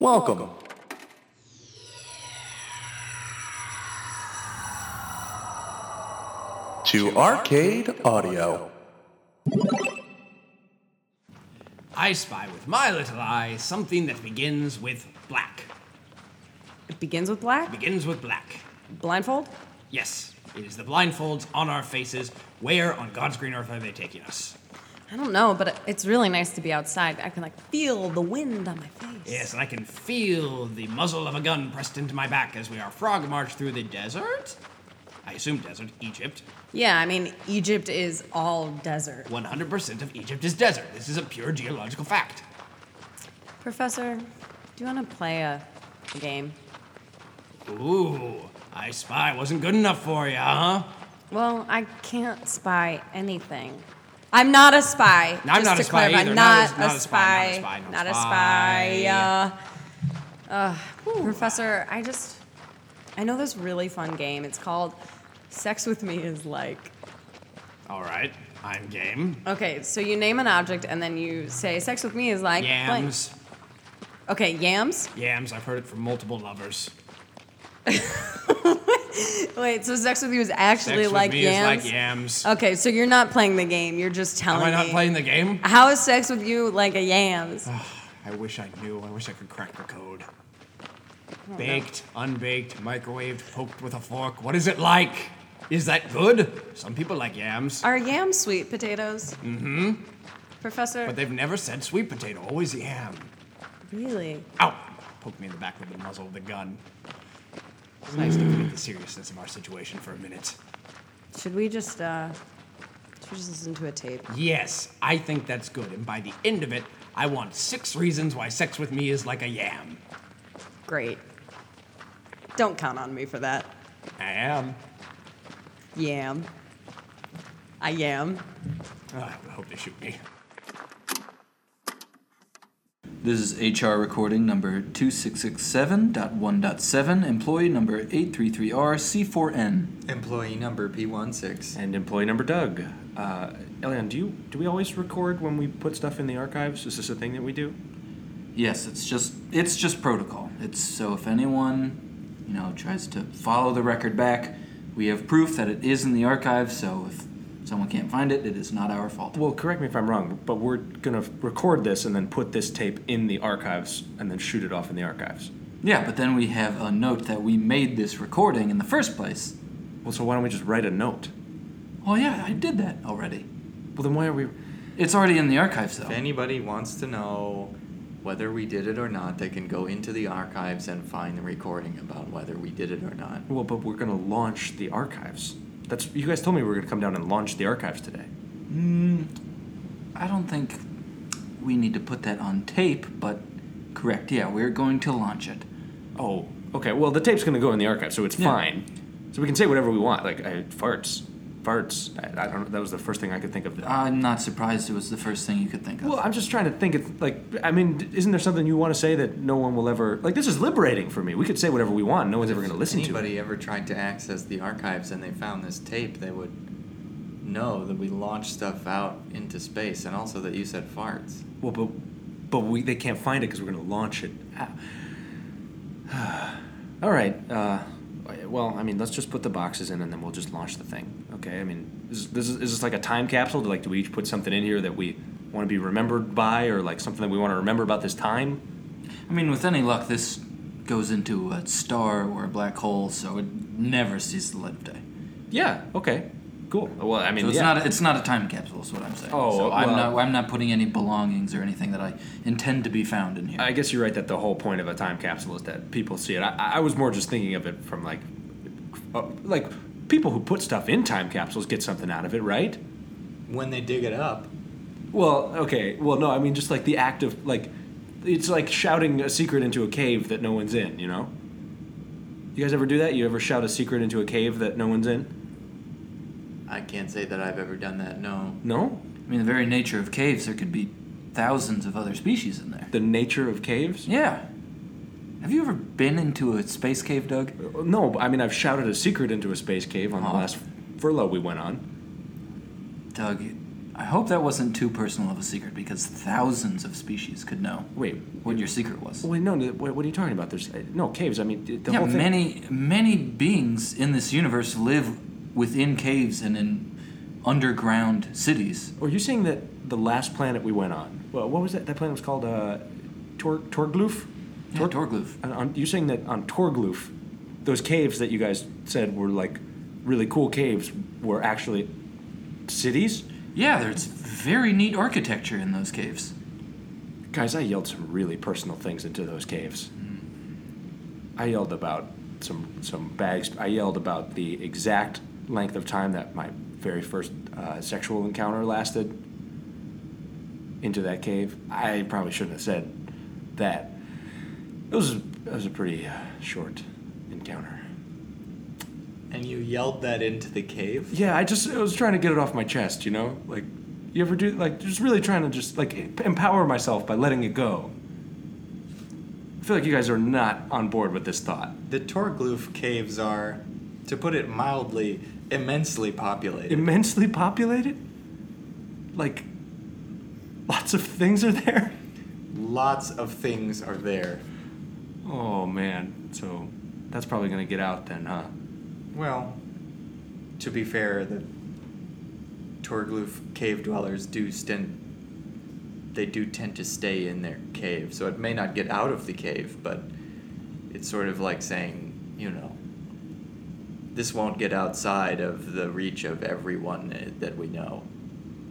Welcome. To Arcade Audio. I spy with my little eye something that begins with black. It begins with black? Begins with black. Blindfold? Yes, it is the blindfolds on our faces. Where on God's green earth are they taking us? I don't know, but it's really nice to be outside. I can like feel the wind on my face. Yes, and I can feel the muzzle of a gun pressed into my back as we are frog marched through the desert. I assume desert, Egypt. Yeah, I mean, Egypt is all desert. 100% of Egypt is desert. This is a pure geological fact. Professor, do you want to play a, a game? Ooh, I spy wasn't good enough for you, huh? Well, I can't spy anything. I'm not a spy. No, I'm just not to a spy clarify. either. Not, Not a- not a a spy, spy. not Not a a spy. spy. Uh, uh, Professor, I just. I know this really fun game. It's called Sex with Me is Like. All right, I'm game. Okay, so you name an object and then you say sex with me is like blank." Yams. Okay, yams. Yams, I've heard it from multiple lovers. Wait, so sex with you is actually Sex with like me yams. Oh, is like yams. Okay, so you're not playing the game. You're just telling Am I not me. playing the game? How is sex with you like a yams? I wish I knew. I wish I could crack the code. Baked, unbaked, microwaved, poked with a fork. What is it like? Is that good? Some people like yams, Are yams sweet potatoes? Mm-hmm. Professor, but they've never said sweet potato, always yam. really? Ow! Poked me in the back with the muzzle of the gun. It's nice to forget the seriousness of our situation for a minute. Should we just uh, should we just listen to a tape? Yes, I think that's good, and by the end of it, I want six reasons why sex with me is like a yam. Great. Don't count on me for that. I am. Yam. I yam. Ah, I hope they shoot me. This is HR recording number 2667.1.7, employee number 833RC4N. Employee number P16. And employee number Doug. Uh, Elian, do you do we always record when we put stuff in the archives? Is this a thing that we do? Yes, it's just it's just protocol. It's so if anyone, you know, tries to follow the record back, we have proof that it is in the archive, so if someone can't find it, it is not our fault. Well, correct me if I'm wrong, but we're gonna record this and then put this tape in the archives and then shoot it off in the archives. Yeah, but then we have a note that we made this recording in the first place. Well, so why don't we just write a note? Oh yeah, I did that already. Well, then why are we? It's already in the archives If though. anybody wants to know whether we did it or not, they can go into the archives and find the recording about whether we did it or not. Well, but we're gonna launch the archives. That's you guys told me we were gonna come down and launch the archives today. I don't think we need to put that on tape, but correct, yeah, we're going to launch it. Oh, okay. Well, the tape's gonna go in the archive, so it's Yeah. fine. So we can say whatever we want. Like I, farts, farts. I, I don't. know. That was the first thing I could think of. I'm not surprised it was the first thing you could think of. Well, I'm just trying to think. It's like, I mean, d- isn't there something you want to say that no one will ever like? This is liberating for me. We could say whatever we want. No one's ever going to listen to it. anybody ever tried to access the archives and they found this tape, they would know that we launched stuff out into space and also that you said farts. Well, but but we they can't find it because we're going to launch it. Ah. All right. Uh, well, I mean, let's just put the boxes in and then we'll just launch the thing. Okay. I mean, is this is, is this like a time capsule? Do, like, do we each put something in here that we want to be remembered by, or like something that we want to remember about this time? I mean, with any luck, this goes into a star or a black hole, so it never sees the light of day. Yeah. Okay. Cool. Well, I mean, So it's yeah. not a, it's not a time capsule, is what I'm saying. Oh, so I'm well- not I'm not putting any belongings or anything that I intend to be found in here. I guess you're right that the whole point of a time capsule is that people see it. I, I was more just thinking of it from like, uh, like people who put stuff in time capsules get something out of it, right? When they dig it up, Well, okay. Well, no, I mean just like the act of like, it's like shouting a secret into a cave that no one's in. You know. You guys ever do that? You ever shout a secret into a cave that no one's in? I can't say that I've ever done that, no. No. I mean, the very nature of caves, there could be thousands of other species in there. The nature of caves. Yeah. Have you ever been into a space cave, Doug? No, I mean I've Uh-huh. shouted a secret into a space cave on the Oh. last furlough we went on. Doug, I hope that wasn't too personal of a secret because thousands of species could know Wait, what your secret was. wait, no, no, wait, what are you talking about? There's uh, no caves. I mean, the yeah, whole thing. many many beings in this universe live within caves and in underground cities. Are you saying that the last planet we went on? Well, what was that? That planet was called uh, Tor Torgloof. Yeah, Torgloof. And on, you're saying that on Torgloof, those caves that you guys said were like really cool caves were actually cities? Yeah, there's very neat architecture in those caves. Guys, I yelled some really personal things into those caves. I yelled about some some bags. I yelled about the exact length of time that my very first uh, sexual encounter lasted into that cave. I probably shouldn't have said that. It was it was a pretty uh, short encounter. And you yelled that into the cave? Yeah, I just I was trying to get it off my chest, you know? Like you ever do like just really trying to just like empower myself by letting it go. I feel like you guys are not on board with this thought. The Torgloof caves are, to put it mildly, immensely populated. Immensely populated? Like lots of things are there? Lots of things are there. Oh man. So that's probably going to get out then, huh? Well, to be fair, the Torgloof cave dwellers do sten they do tend to stay in their cave, so it may not get out of the cave, but it's sort of like saying, you know, this won't get outside of the reach of everyone eh, that we know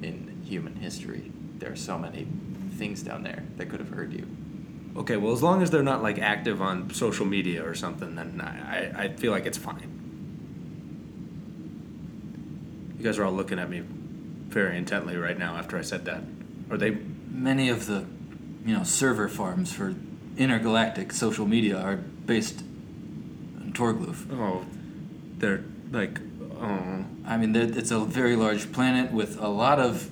in human history. There are so many things down there that could have heard you. Okay, well as long as they're not like active on social media or something, then I, I, I feel like it's fine. You guys are all looking at me very intently right now after I said that. Are they Many of the, you know, server farms for intergalactic social media are based in Torgloof. oh they're like oh I mean, there- it's a very large planet with a lot of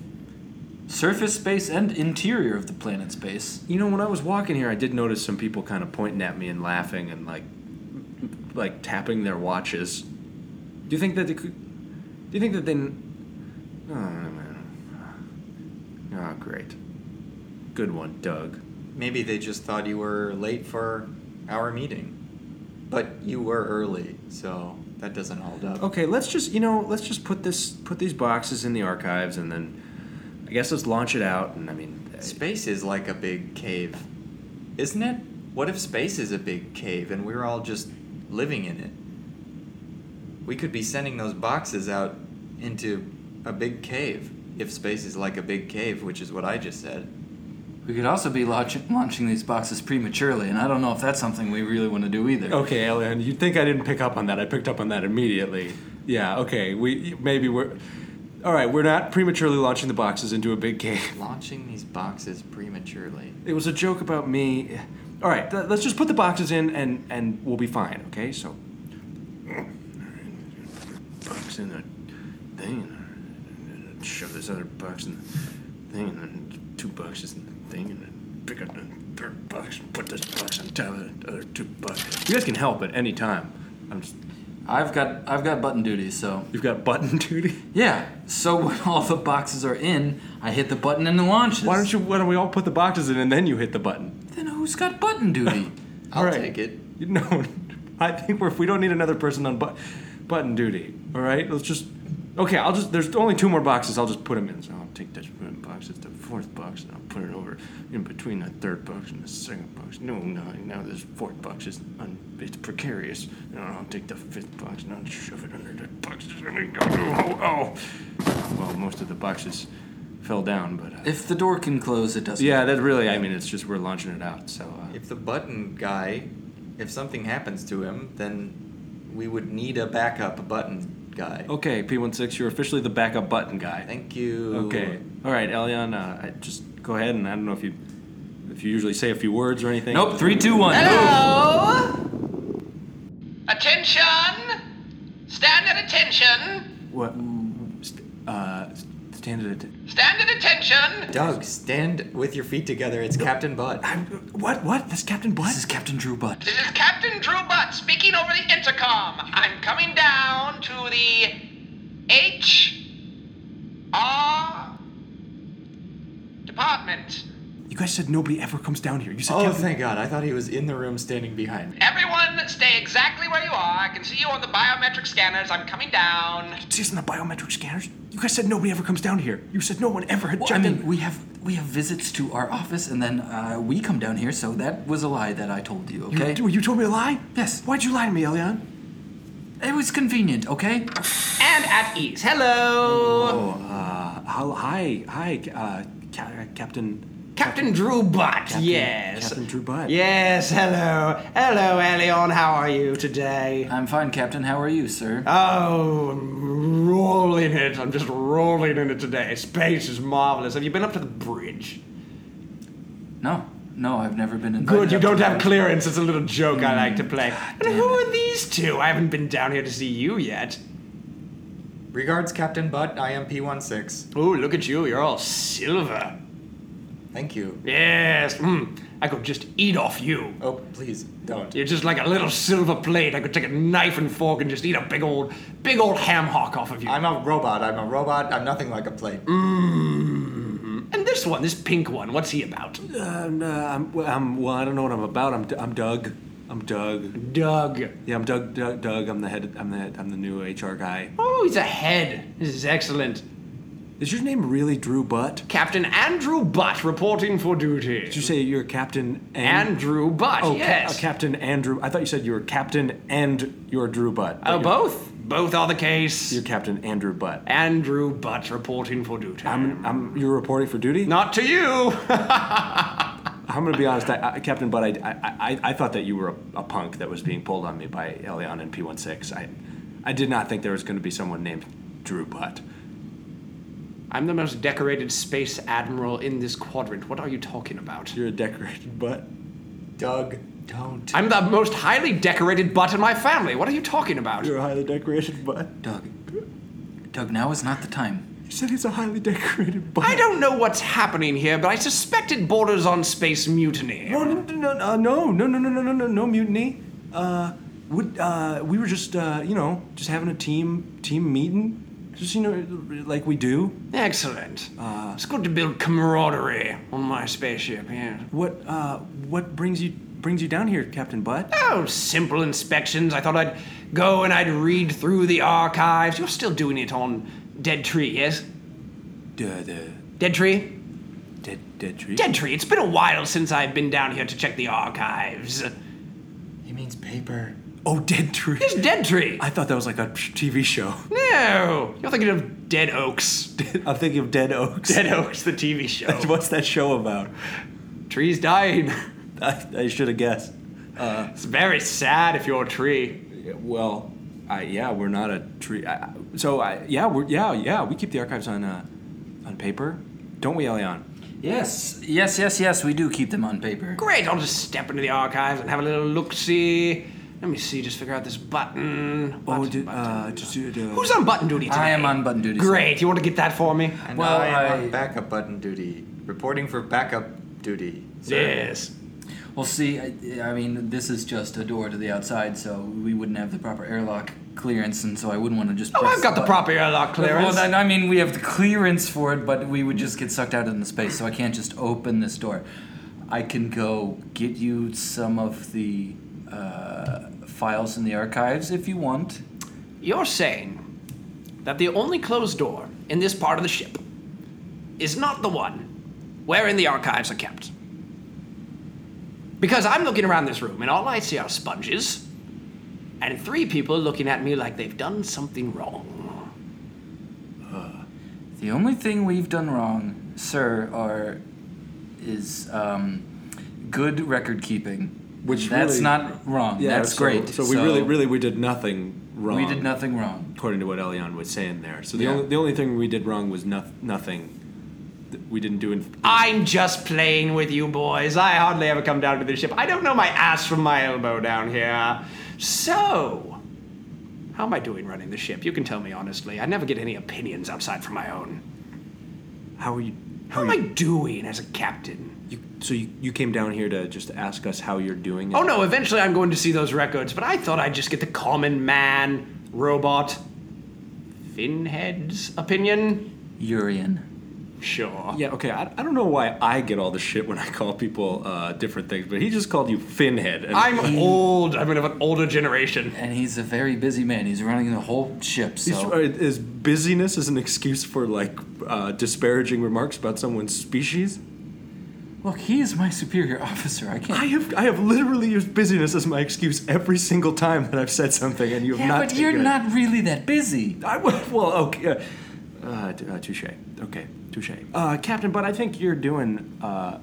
surface space and interior of the planet space. You know, when I was walking here, I did notice some people kind of pointing at me and laughing and like, like tapping their watches. Do you think that they could? Do you think that they? n- Oh, man. oh great, good one, Doug. Maybe they just thought you were late for our meeting. But you were early, so that doesn't hold up. Okay, let's just you know, let's just put this put these boxes in the archives and then, I guess let's launch it out. And I mean, Space is like a big cave, isn't it? What if space is a big cave and we're all just living in it? We could be sending those boxes out into a big cave if space is like a big cave, which is what I just said. We could also be launching, launching these boxes prematurely, and I don't know if that's something we really want to do either. Okay, Elian, you'd think I didn't pick up on that. I picked up on that immediately. Yeah, okay. We maybe we're all right. We're not prematurely launching the boxes into a big cave. Launching these boxes prematurely. It was a joke about me. All right, th- let's just put the boxes in, and and we'll be fine. Okay, so box in the thing, and then shove this other box in the thing, and then two boxes in the thing, and then pick up the third box and put this box on top of the other two boxes. You guys can help at any time. I'm just. I've got I've got button duty, so You've got button duty. yeah. So when all the boxes are in, I hit the button and launch. Why don't you? Why don't we all put the boxes in and then you hit the button? Then who's got button duty? I'll Alright. take it. You know, I think we're, we don't need another person on but, button duty. All right, let's just. Okay, I'll just. There's only two more boxes. I'll just put them in. So I'll take this one box. It's the fourth box, and I'll put it over in between the third box and the second box. No, no, now this fourth box is un, it's precarious. No, I'll take the fifth box and I'll shove it under the boxes. And then go, oh, oh. Well, most of the boxes fell down, but. Uh, if the door can close, it doesn't. Yeah, that really. I mean, it's just we're launching it out. So uh, If the button guy, if something happens to him, then we would need a backup button guy. okay, P16, you're officially the backup button guy. Thank you. Okay, all right, Elion, uh, I- just go ahead and I don't know if you if you usually say a few words or anything. Nope. Three, two, one. Hello? Attention! Stand at attention! What? st- Uh, st- stand at. a- Stand at attention! Doug, stand with your feet together. It's Captain Butt. I'm, what? What? This Captain Butt? This is Captain Drew Butt. This is Captain Drew Butt speaking over the intercom. I'm coming down to the H R Department. You guys said nobody ever comes down here. You said Oh, Kevin- thank God. I thought he was in the room standing behind me. Everyone, stay exactly where you are. I can see you on the biometric scanners. I'm coming down. It's using the biometric scanners. You guys said nobody ever comes down here. You said no one ever had. Well, I mean, we have we have visits to our office, and then uh, we come down here. So that was a lie that I told you. Okay. you, you told me a lie. Yes. Why'd you lie to me, Elion? It was convenient. Okay. And at ease. Hello! Oh, uh, hel- hi, hi, uh, ca- Captain. Captain Drew Butt, Captain- yes. Captain Drew Butt. Yes, hello. Hello, Elion, how are you today? I'm fine, Captain. How are you, sir? Ah. Oh, I'm rolling it. I'm just rolling in it today. Space is marvelous. Have you been up to the bridge? no, no, I've never been invited. Good, you up to don't the- have clearance. It's a little joke I like to play. But who are these two? I haven't been down here to see you yet. Regards, Captain Butt. I am P16. Ooh, look at you. You're all silver. Thank you. Yes, mm, I could just eat off you. Oh, please don't. You're just like a little silver plate. I could take a knife and fork and just eat a big old, big old ham hock off of you. I'm a robot. I'm a robot. I'm nothing like a plate. Mm. Mm. and this one, this pink one, what's he about? Um, uh, I'm, well, I'm, well, I don't know what I'm about. I'm, D- I'm Doug. I'm Doug. Doug. Yeah, I'm Doug. Doug. Doug. I'm the head. I'm the. I'm the new HR guy. Oh, he's a head. This is excellent. Is your name really Drew Butt? Captain Andrew Butt reporting for duty. Did you say you're Captain and? Andrew Butt, Oh, Ca- yes. uh, Captain Andrew. I thought you said you were Captain and you're Drew Butt. oh, But you're- both. Both are the case. You're Captain Andrew Butt. Andrew Butt reporting for duty. I'm, I'm. You're reporting for duty. Not to you. I'm gonna be honest, I, I, Captain Bud. I, I, I, I thought that you were a, a punk that was being pulled on me by Elion and P16. I, I did not think there was gonna be someone named Drew Butt. I'm the most decorated space admiral in this quadrant. What are you talking about? You're a decorated butt. Doug, don't. I'm the most highly decorated butt in my family. What are you talking about? You're a highly decorated butt. Doug. Doug, now is not the time. You said he's a highly decorated butt. I don't know what's happening here, but I suspect it borders on space mutiny. No, no, no, no, uh, no, no, no, no, no, no, no, no mutiny. Uh, would, uh, we were just, uh, you know, just having a team team meeting, just you know, like we do. Excellent. Ah, it's good to build camaraderie on my spaceship, yeah. What, uh, what brings you brings you down here, Captain Butt? Oh, simple inspections. I thought I'd go and I'd read through the archives. You're still doing it on Dead Tree, yes? Duh, the Dead Tree? dead dead tree. Dead Tree. It's been a while since I've been down here to check the archives. He means paper. Oh, Dead Tree. It's Dead Tree. I thought that was like a TV show. No, you're thinking of Dead Oaks. I'm thinking of Dead Oaks. Dead Oaks, the TV show. What's that show about? Trees dying. I, I should have guessed. It's very sad if you're a tree. Well, I, yeah, we're not a tree. I, I- so I, yeah, we're yeah yeah we keep the archives on uh, on paper, don't we, Elion? Oh, Yes, yes, yes, yes. We do keep them on paper. Great, I'll just step into the archives and have a little look see. Let me see, just figure out this button. Oh, Button, did, button. uh, just, uh, Who's on button duty today? I am on button duty. sir. Great, you want to get that for me? And Well, I am I- on backup button duty. Reporting for backup duty. Yes. Well, see, I, I mean, this is just a door to the outside, so we wouldn't have the proper airlock clearance, and so I wouldn't want to just. Oh, press I've got the button. proper airlock clearance. Well, then, I mean, we have the clearance for it, but we would just get sucked out into space, so I can't just open this door. I can go get you some of the uh, files in the archives if you want. You're saying that the only closed door in this part of the ship is not the one wherein the archives are kept. Because I'm looking around this room and all I see are sponges and three people looking at me like they've done something wrong. The only thing we've done wrong, sir, are is um, good record keeping. Which that's really- not wrong. that's so- great. So we really really we did nothing wrong. we did nothing wrong. according to what Elion was saying there. So the Yeah. only the only thing we did wrong was noth- nothing. Th- We didn't do anything. I'm just playing with you boys. I hardly ever come down to the ship. I don't know my ass from my elbow down here. So, how am I doing running the ship? You can tell me honestly. I never get any opinions outside from my own. How are you? How am I doing as a captain? You, so you, you came down here to just ask us how you're doing. Oh no, eventually I'm going to see those records, but I thought I'd just get the common man, robot, finhead's opinion. Urian. Sure. Yeah, okay. I, I don't know why I get all the shit when I call people uh, different things, but he just called you Finhead. And I'm old. I'm of an older generation. And he's a very busy man. He's running the whole ship. He's- So uh, is busyness is an excuse for like uh, disparaging remarks about someone's species? look, he is my superior officer. I can't. I have I have literally used busyness as my excuse every single time that I've said something, and you have yeah, not. but you're taken it. not really that busy. I w- well, okay. Uh, uh, t- uh, touche. Okay, touche. Uh, Captain, but I think you're doing uh,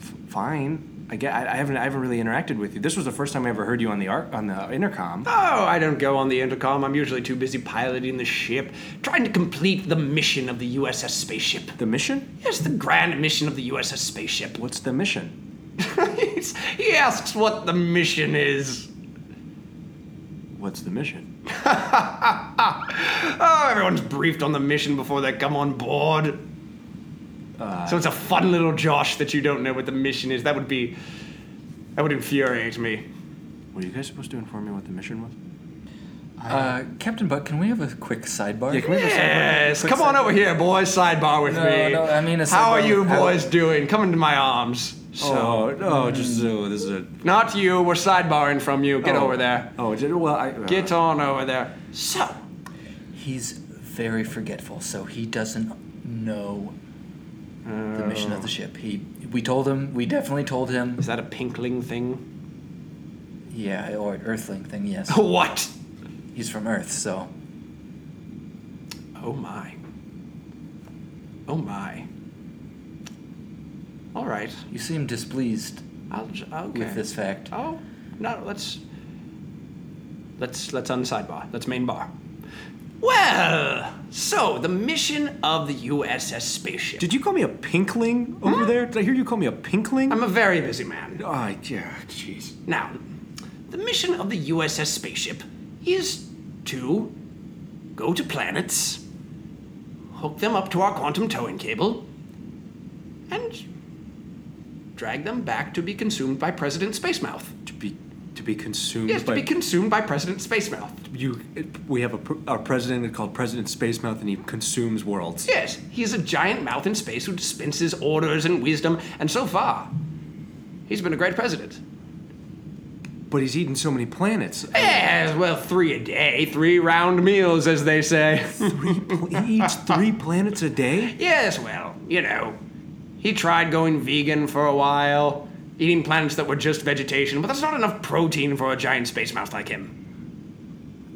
f- fine. I, get, I, I haven't I haven't really interacted with you. This was the first time I ever heard you on the arc, on the intercom. Oh, I don't go on the intercom. I'm usually too busy piloting the ship, trying to complete the mission of the USS Spaceship. The mission? Yes, the grand mission of the USS Spaceship. What's the mission? He's- he asks what the mission is. What's the mission? Oh, everyone's briefed on the mission before they come on board. so it's a fun little Josh that you don't know what the mission is. That would be. That would infuriate me. Were you guys supposed to inform me what the mission was? Uh, Captain Buck, can we have a quick sidebar? Yeah, can we have a Yes, come on over here, boys. Sidebar with No, me. no, I mean a How are sidebar you with- I- boys doing? Come into my arms. So, Oh, no, just oh, this is a. not you. We're sidebarring from you. Get oh. over there. Oh, did- well, I. Uh, Get on over there. So, He's very forgetful, so he doesn't know the mission of the Oh. ship. He, we told him, we definitely told him. is that a pinkling thing? Yeah, or an Earthling thing. Yes, Oh. what? he's from Earth, so Oh my. Oh my. All right. you seem displeased I'll j- okay. with this fact. Oh no! Let's let's let's unsidebar. Let's main bar. Well, so the mission of the USS Spaceship. Did you call me a pinkling over there? Did I hear you call me a pinkling? I'm a very busy man. Ah, yeah, jeez. Now, the mission of the USS Spaceship is to go to planets, hook them up to our quantum towing cable, and drag them back to be consumed by President Spacemouth. To be to be consumed Yes, to by be consumed by President Spacemouth. you. We have a pr- our president called President Spacemouth, and he consumes worlds. Yes, he is a giant mouth in space who dispenses orders and wisdom, and so far, he's been a great president. But he's eaten so many planets. Yes, well, three a day, three round meals, as they say. he eats three planets a day. Yes, well, you know, he tried going vegan for a while, eating planets that were just vegetation, but that's not enough protein for a giant space mouse like him.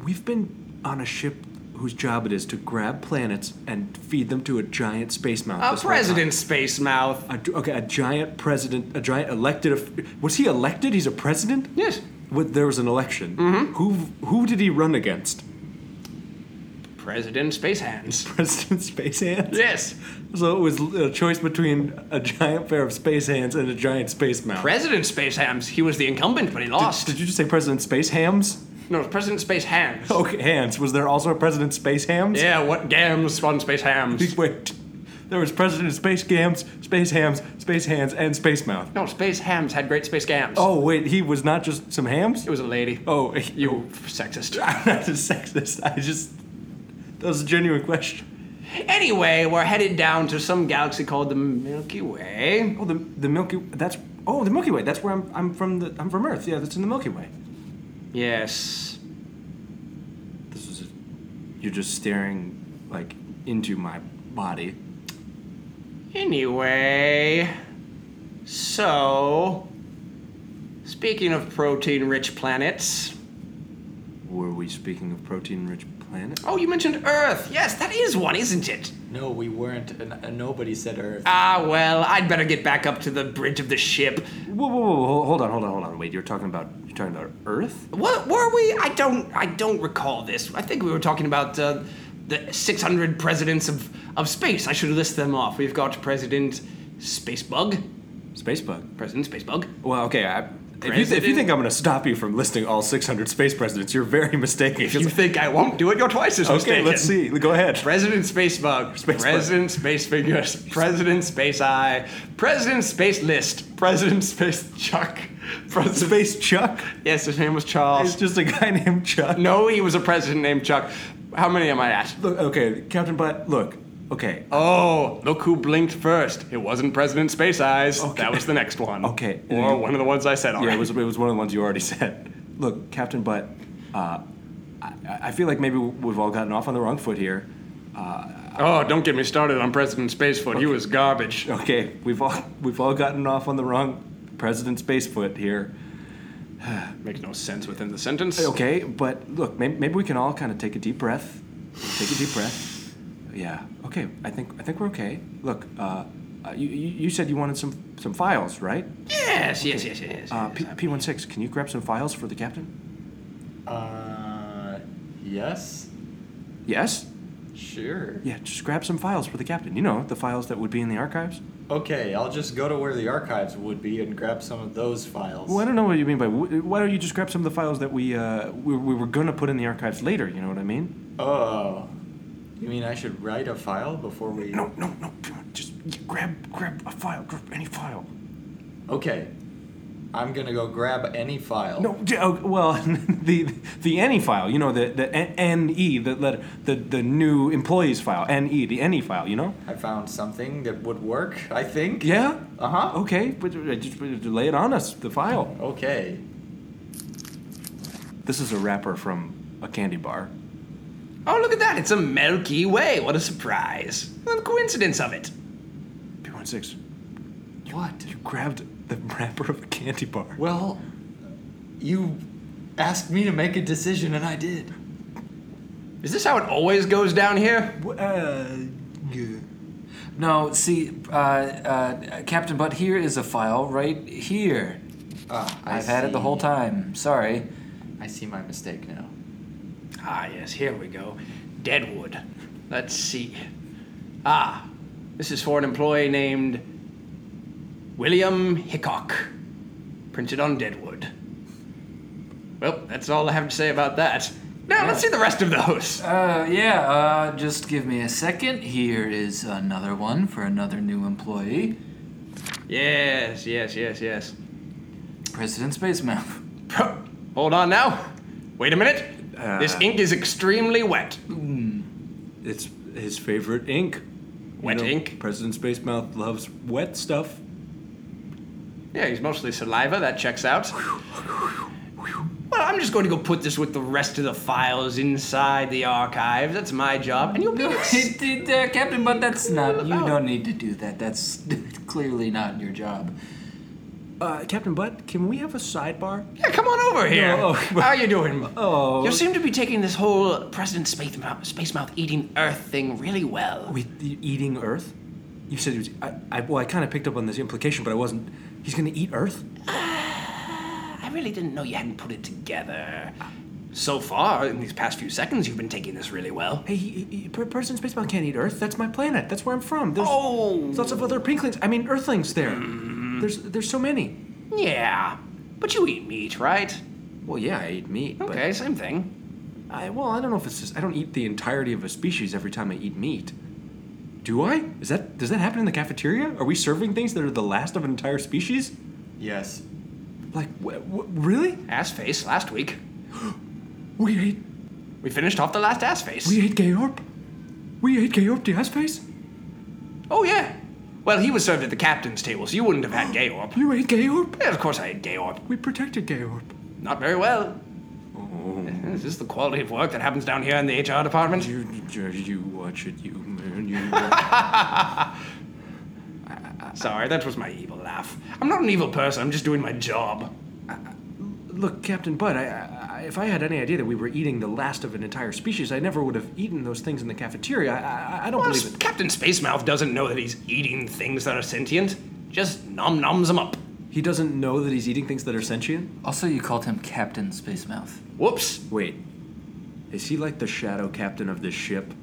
We've been on a ship whose job it is to grab planets and feed them to a giant space mouth. A this whole president space mouth. time. A, okay, a giant president, a giant elected. of- Was he elected? He's a president. Yes, What, there was an election. Mm-hmm. Who who did he run against? president space hands. President Space Hands. Yes, So it was a choice between a giant pair of space hands and a giant space mouth. president space hams. He was the incumbent, but he lost. Did you just say President Space Hams? No, president space hands. Okay, hands. Was there also a President Space Hams? Yeah, what gams spawn space hams? Wait. There was President Space Gams, Space Hams, Space Hands, and Space Mouth. No, space hams had great space gams. Oh, wait, he was not just some hams? it was a lady. Oh, you sexist. I'm not a sexist. I just. That was a genuine question. Anyway, we're headed down to some galaxy called the Milky Way. Oh, the, the Milky That's. Oh, the Milky Way. That's where I'm, I'm from. The, I'm from Earth. Yeah, that's in the Milky Way. Yes. This is. A, you're just staring, like, into my body. Anyway, so speaking of protein-rich planets, Were we speaking of protein rich planet? oh, you mentioned Earth. Yes, that is one, isn't it? No, we weren't. And, and nobody said Earth. Ah, well, I'd better get back up to the bridge of the ship. Whoa, whoa, whoa, whoa, hold on, hold on, hold on. Wait, you're talking about you're talking about Earth? What were we? I don't. I don't recall this. I think we were talking about uh, the 600 presidents of of space. I should list them off. We've got President Spacebug, Spacebug. President Spacebug, Well, okay, I if you, if you President- think I'm going to stop you from listing all 600 space presidents, you're very mistaken. If you think I won't do it, you're twice as okay, mistaken. let's see. Go ahead. President Spacebug, Spacebug. President Space Fingers, President Space Eye, President Space List, President Space Chuck, President. Space Chuck. yes, his name was It's Charles. just a guy named Chuck. No, he was a president named Chuck. How many am I at? Look, okay, Captain Butt. Look, Okay. Oh, look who blinked first. It wasn't President Space Eyes. Okay. That was the next one. Okay. Or one of the ones I said already. Yeah, it was, it was one of the ones you already said. Look, Captain Butt, uh, I, I feel like maybe we've all gotten off on the wrong foot here. Oh, don't get me started on President Spacefoot. He was garbage. Okay, we've all we've all gotten off on the wrong President Spacefoot here. Makes no sense within the sentence. Okay, but look, maybe, maybe we can all kind of take a deep breath. Take a deep breath. Yeah. Okay. I think I think we're okay. Look, uh, uh, you, you you said you wanted some some files, right? Yes, yes, yes, yes. Uh, P P one six. Can you grab some files for the captain? Uh, yes? Yes. Sure. Yeah. Just grab some files for the captain. You know the files that would be in the archives. Okay, I'll just go to where the archives would be and grab some of those files. Well, I don't know what you mean by. wh- Why don't you just grab some of the files that we uh, we, we were gonna put in the archives later? You know what I mean? Oh. You mean I should write a file before we. No, no, no. come on, Just grab grab a file. Grab any file. Okay. I'm gonna go grab any file. No, j- oh, well, the the any file, you know, the the N E, the letter, the the new employees file, N E, the any file, you know. I found something that would work, I think. Yeah. Uh huh. Okay, but uh, just uh, lay it on us, the file. Okay. This is a wrapper from a candy bar. Oh, look at that. It's a Milky Way. What a surprise. What a coincidence of it. P one six. What? You grabbed the wrapper of a candy bar. Well, you asked me to make a decision and I did. Is this how it always goes down here? uh, No, see, uh, uh, Captain Butt, here is a file right here. Ah, I I've had it the whole see. time. Sorry. I see my mistake now. Ah, yes, here we go. Deadwood. Let's see. Ah, this is for an employee named William Hickok, printed on Deadwood. Well, that's all I have to say about that. Now, let's see the rest of those. Uh, yeah, uh, just give me a second. Here is another one for another new employee Yes, yes, yes, yes. President Spacemouth. Pro- Hold on now. Wait a minute. this ink is extremely wet. It's his favorite ink. Wet ink? President Spacemouth loves wet stuff. Yeah, he's mostly saliva. That checks out. Well, I'm just going to go put this with the rest of the files inside the archive. That's my job, and you'll be. No, ex- it- it, uh, Captain, but that's not. You Oh. don't need to do that. That's clearly not your job. Uh, Captain Butt, can we have a sidebar? yeah, come on over here. No, oh. How you doing? Oh. You seem to be taking this whole President Space Mouth, Space Mouth eating Earth thing really well. With the eating Earth? You said he was. I, I, well, I kind of picked up on this implication, but I wasn't. He's going to eat Earth? I really didn't know you hadn't put it together. So far, in these past few seconds, you've been taking this really well. Hey, he, he, per- person in space mountain can't eat Earth. That's my planet. That's where I'm from. There's Oh. lots of other pinklings. I mean, Earthlings there. There's there's so many. Yeah, but you eat meat, right? Well, yeah, I eat meat. Okay, same thing. But I, well, I don't know if it's just. I don't eat the entirety of a species every time I eat meat. Do I? Is that does that happen in the cafeteria? Are we serving things that are the last of an entire species? Yes. Like, wh- wh- really? Ass face last week. We ate We finished off the last ass face. we ate Georg. We ate Georg the face. oh yeah. Well, he was served at the captain's table, so you wouldn't have had Georg. You ate Georg? Yeah, of course I had Georg. We protected Georg. Not very well. Is this the quality of work that happens down here in the HR department? You, you, you watch it, you man. You watch. Sorry, that was my evil laugh. I'm not an evil person. I'm just doing my job. Look, Captain Bud, I, I, I- if I had any idea that we were eating the last of an entire species, I never would have eaten those things in the cafeteria. I, I, I don't Well, believe it. Captain Spacemouth doesn't know that he's eating things that are sentient. Just nom noms them up. He doesn't know that he's eating things that are sentient. Also, you called him Captain Spacemouth. Whoops. Wait, is he like the shadow captain of this ship?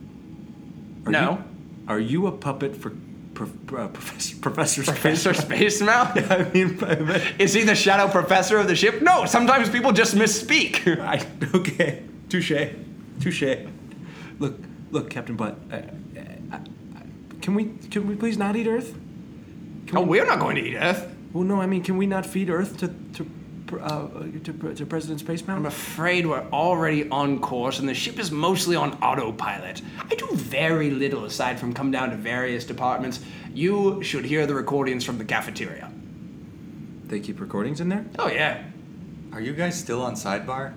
Are No. You, are you a puppet for prof, uh, Professor Professor Professor Space? Spacemouth? I mean, I- Is he the shadow professor of the ship? No, sometimes people just misspeak. I, okay, touche, touche. Look, look, Captain Butt. I, I, I, can we can we please not eat Earth? No, Oh, we're not going to eat Earth. Well, no, I mean, can we not feed Earth to, to pr- uh, to, pr- to President's Space I'm Mountain? afraid we're already on course and the ship is mostly on autopilot. I do very little aside from come down to various departments. You should hear the recordings from the cafeteria. They keep recordings in there. Oh, yeah. Are you guys still on sidebar?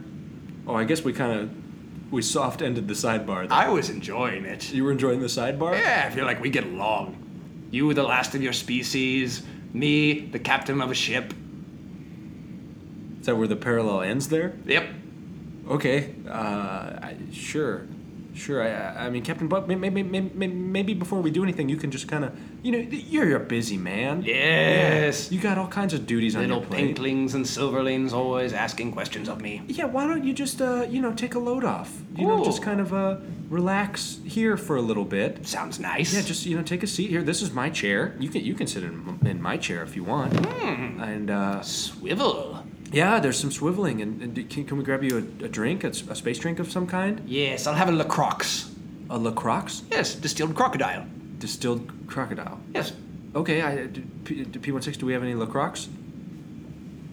Oh, I guess we kind of we soft ended the sidebar. There. I was enjoying it. you were enjoying the sidebar. Yeah, I feel like we get along. You, the last of your species. Me, the captain of a ship. Is that where the parallel ends there? Yep. Okay. Uh, I, sure. Sure. I- I, I mean, Captain Buck, maybe, maybe, maybe before we do anything, you can just kind of, you know, you're a busy man. Yes. You got all kinds of duties on Little your plate. pinklings and silverlings always asking questions of me. Yeah, why don't you just, uh, you know, take a load off? You know, just Ooh. kind of uh, relax here for a little bit. Sounds nice. Yeah, just you know, take a seat here. This is my chair. You can you can sit in, in my chair if you want. And uh, swivel. yeah, there's some swiveling. And, and can, can we grab you a, a drink, a, s- a space drink of some kind? Yes, I'll have a Lacroix. A La Croix? Yes, distilled crocodile. distilled crocodile. Yes. Okay, I, do, P, do P16, do we have any LaCroix?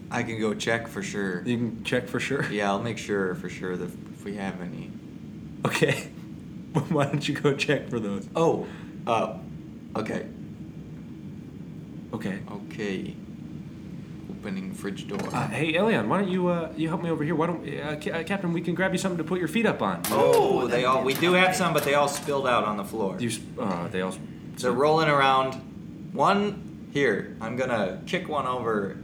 I can go check for sure. You can check for sure. Yeah, I'll make sure for sure that if we have any. Okay. Why don't you go check for those? Oh, uh, okay, Okay. okay. Opening fridge door. Uh, hey, Elion, why don't you uh, you help me over here? Why don't uh, ca- uh, Captain? We can grab you something to put your feet up on. oh, they all. We do have some, but they all spilled out on the floor. You, s- uh, they all. They're rolling around. One here. I'm gonna kick one over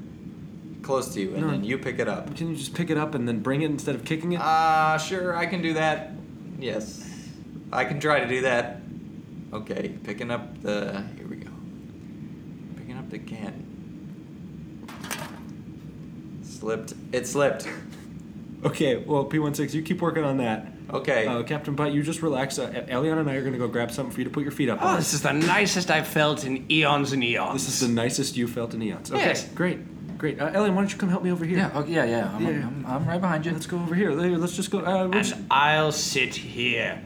close to you, and No. then you pick it up. Can you just pick it up and then bring it instead of kicking it? Uh, sure, I can do that. Yes. I can try to do that. Okay, picking up the. Here we go. Picking up the can. Slipped. It slipped. okay. Well, P16, you keep working on that. Okay. Uh, Captain Butt, you just relax. Uh, Elion and I are gonna go grab something for you to put your feet up Oh, on. this is the nicest I've felt in eons and eons. This is the nicest you felt in eons. Okay, Yes. great, great. Uh, Ellen, why don't you come help me over here? Yeah, okay, yeah, yeah. I'm, Yeah. I'm, I'm right behind you. Let's go over here. Later, Let's just go. Uh, we'll just- And I'll sit here,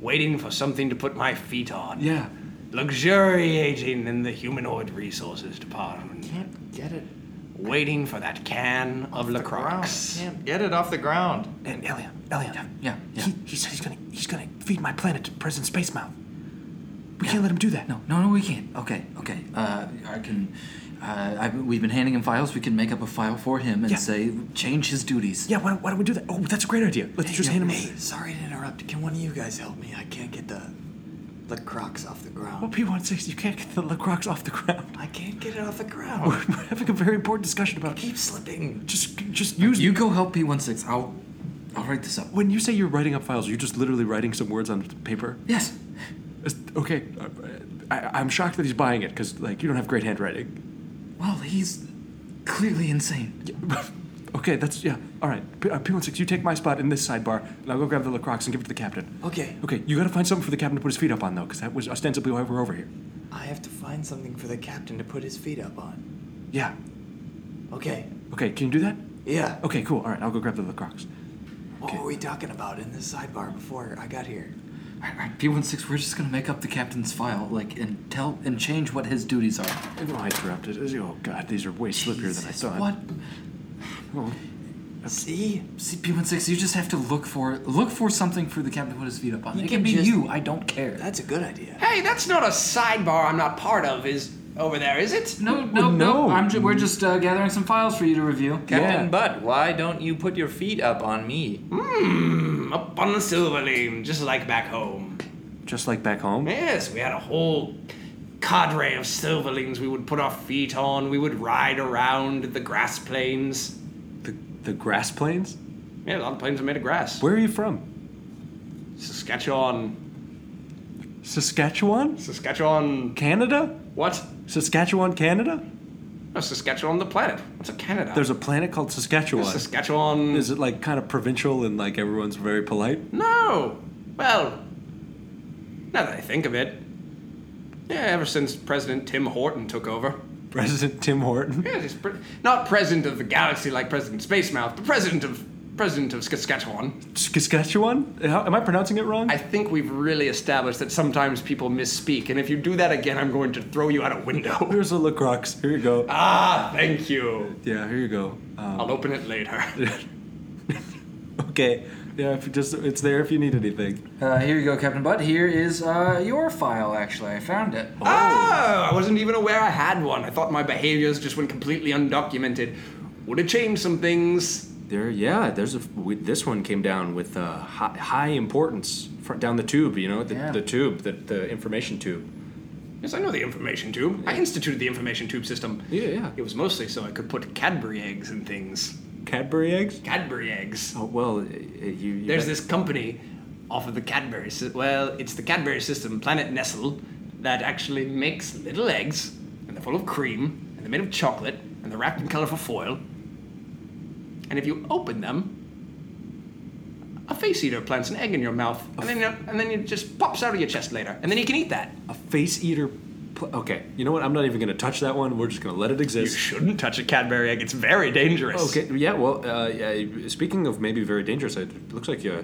waiting for something to put my feet on. yeah. Luxuriating in the humanoid resources department. Can't get it. Waiting for that can of Ground. Lacroix. Can't get it off the ground. And Elliot, Elliot, Yeah, yeah. he said he's gonna he's gonna feed my planet to President Space Mouth. We can't let him do that. No, no, no, we can't. Okay, okay. Uh, I can. Uh, I, we've been handing him files. We can make up a file for him and Yeah. say change his duties. Yeah, why, why don't we do that? Oh, that's a great idea. Let's just hand him. Hey, sorry to interrupt. Can one of you guys help me? I can't get the the crocs off the Well, ground. P16, you can't get the LaCroix off the ground. I can't get it off the We're, ground. we're having a very important discussion about Keep slipping. Just, just use. You go help P16. I'll, I'll write this up. When you say you're writing up files, you're just literally writing some words on paper. Yes. It's- Okay, uh, I, I'm shocked that he's buying it because like you don't have great handwriting. Well, he's clearly insane. okay, that's yeah. All right, P, uh, P16, you take my spot in this sidebar, and I'll go grab the LaCroix and give it to the captain. Okay, Okay, you gotta find something for the captain to put his feet up on, though, because that was ostensibly why we're over here. I have to find something for the captain to put his feet up on. Yeah. Okay. Okay, can you do that? Yeah. Okay, cool. All right, I'll go grab the lacrosse. What were we talking about in this sidebar before I got here? All right, P16. We're just gonna make up the captain's file, like and tell and change what his duties are. Oh, I interrupted. Oh, God, these are way slippier than I Jesus, thought. What? See? See, P16. You just have to look for look for something for the captain to put his feet up on. You it can can be just- you. I don't care. That's a good idea. Hey, that's not a sidebar I'm not part of, is over there, is it? No, no, no. no. I'm ju- we're just uh, gathering some files for you to review. Captain Yeah. Bud, why don't you put your feet up on me? Mm, Up on the Silverlane, just like back home. Just like back home? Yes, we had a whole cadre of Silverlings we would put our feet on, we would ride around the grass plains. The, the grass plains? Yeah, a lot of plains are made of grass. Where are you from? Saskatchewan. Saskatchewan? Saskatchewan. Canada? What? Saskatchewan, Canada? No, Saskatchewan, the planet. What's a Canada? There's a planet called Saskatchewan. Saskatchewan. Is it like kind of provincial and like everyone's very polite? No. Well, now that I think of it, yeah, ever since President Tim Horton took over. President Tim Horton? Yeah, he's pre- not president of the galaxy like President Spacemouth, but president of president of Saskatchewan. Saskatchewan? How, am I pronouncing it wrong? I think we've really established that sometimes people misspeak, and if you do that again, I'm going to throw you out a window. Here's a LaCroix. Here you go. ah, thank you. Yeah, here you go. Um, I'll open it later. okay. Yeah, if you just it's there if you need anything. Uh, here you go, Captain Butt. Here is uh, your file, actually. I found it. Oh, I wasn't even aware I had one. I thought my behaviors just went completely undocumented. Would have changed some things. There, yeah. There's a we, this one came down with uh, high, high importance fr- down the tube. You know, the, Yeah. the tube, the, the information tube. Yes, I know the information tube. I instituted the information tube system. Yeah, yeah. It was mostly so I could put Cadbury eggs in things. Cadbury eggs. Cadbury eggs. Oh well, uh, you. you There's bet- this company off of the Cadbury. sy- Well, it's the Cadbury system, Planet Nestle, that actually makes little eggs, and they're full of cream, and they're made of chocolate, and they're wrapped in colorful foil. And if you open them, a face eater plants an egg in your mouth, and then you- and then it just pops out of your chest later, and then you can eat that. a face eater. Pl- okay, you know what? I'm not even gonna touch that one. We're just gonna let it You exist. shouldn't touch a Cadbury egg; it's very dangerous. Okay. Yeah. Well, uh, yeah, speaking of maybe very dangerous, it looks like uh,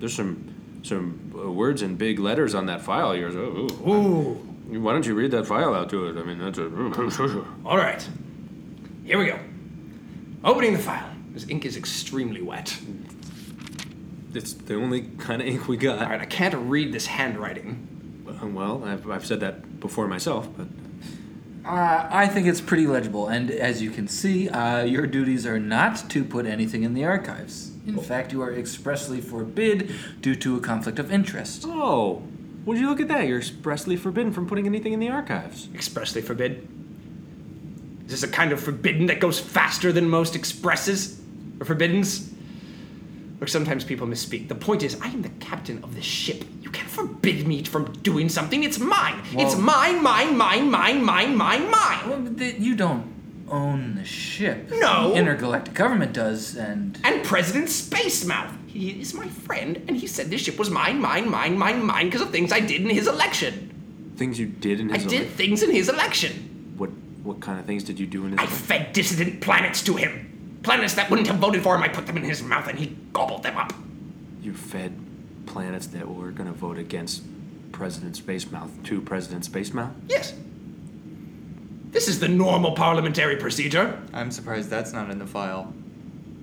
there's some some uh, words in big letters on that file. Yours. Oh, ooh. Ooh. Why don't you read that file out to it? I mean, that's a. All right. Here we go. Opening the file. This ink is extremely wet. It's the only kind of ink we All got. right, I can't read this handwriting. Uh, Well, I've, I've said that before myself, but Uh, I think it's pretty legible, and as you can see, uh, your duties are not to put anything in the archives. In fact, you are expressly forbid due to a conflict of interest. oh, would you look at that? You're expressly forbidden from putting anything in the archives. Expressly forbid. Is this a kind of forbidden that goes faster than most expresses or forbiddens? Look, sometimes people misspeak. The point is, I am the captain of this ship. You can't forbid me from doing something. It's mine. It's mine, mine, mine, mine, mine, mine, mine. Well, th- you don't own the ship. No. The intergalactic government does, and And President Spacemouth. He is my friend, and he said this ship was mine, mine, mine, mine, mine because of things I did in his election. Things you did in I his. did life- things in his election. What what kind of things did you do in his? I life? fed dissident planets to him. Planets that wouldn't have voted for him, I put them in his mouth and he gobbled them up. you fed planets that were going to vote against President Spacemouth to President Spacemouth? Yes. This is the normal parliamentary procedure. I'm surprised that's not in the file.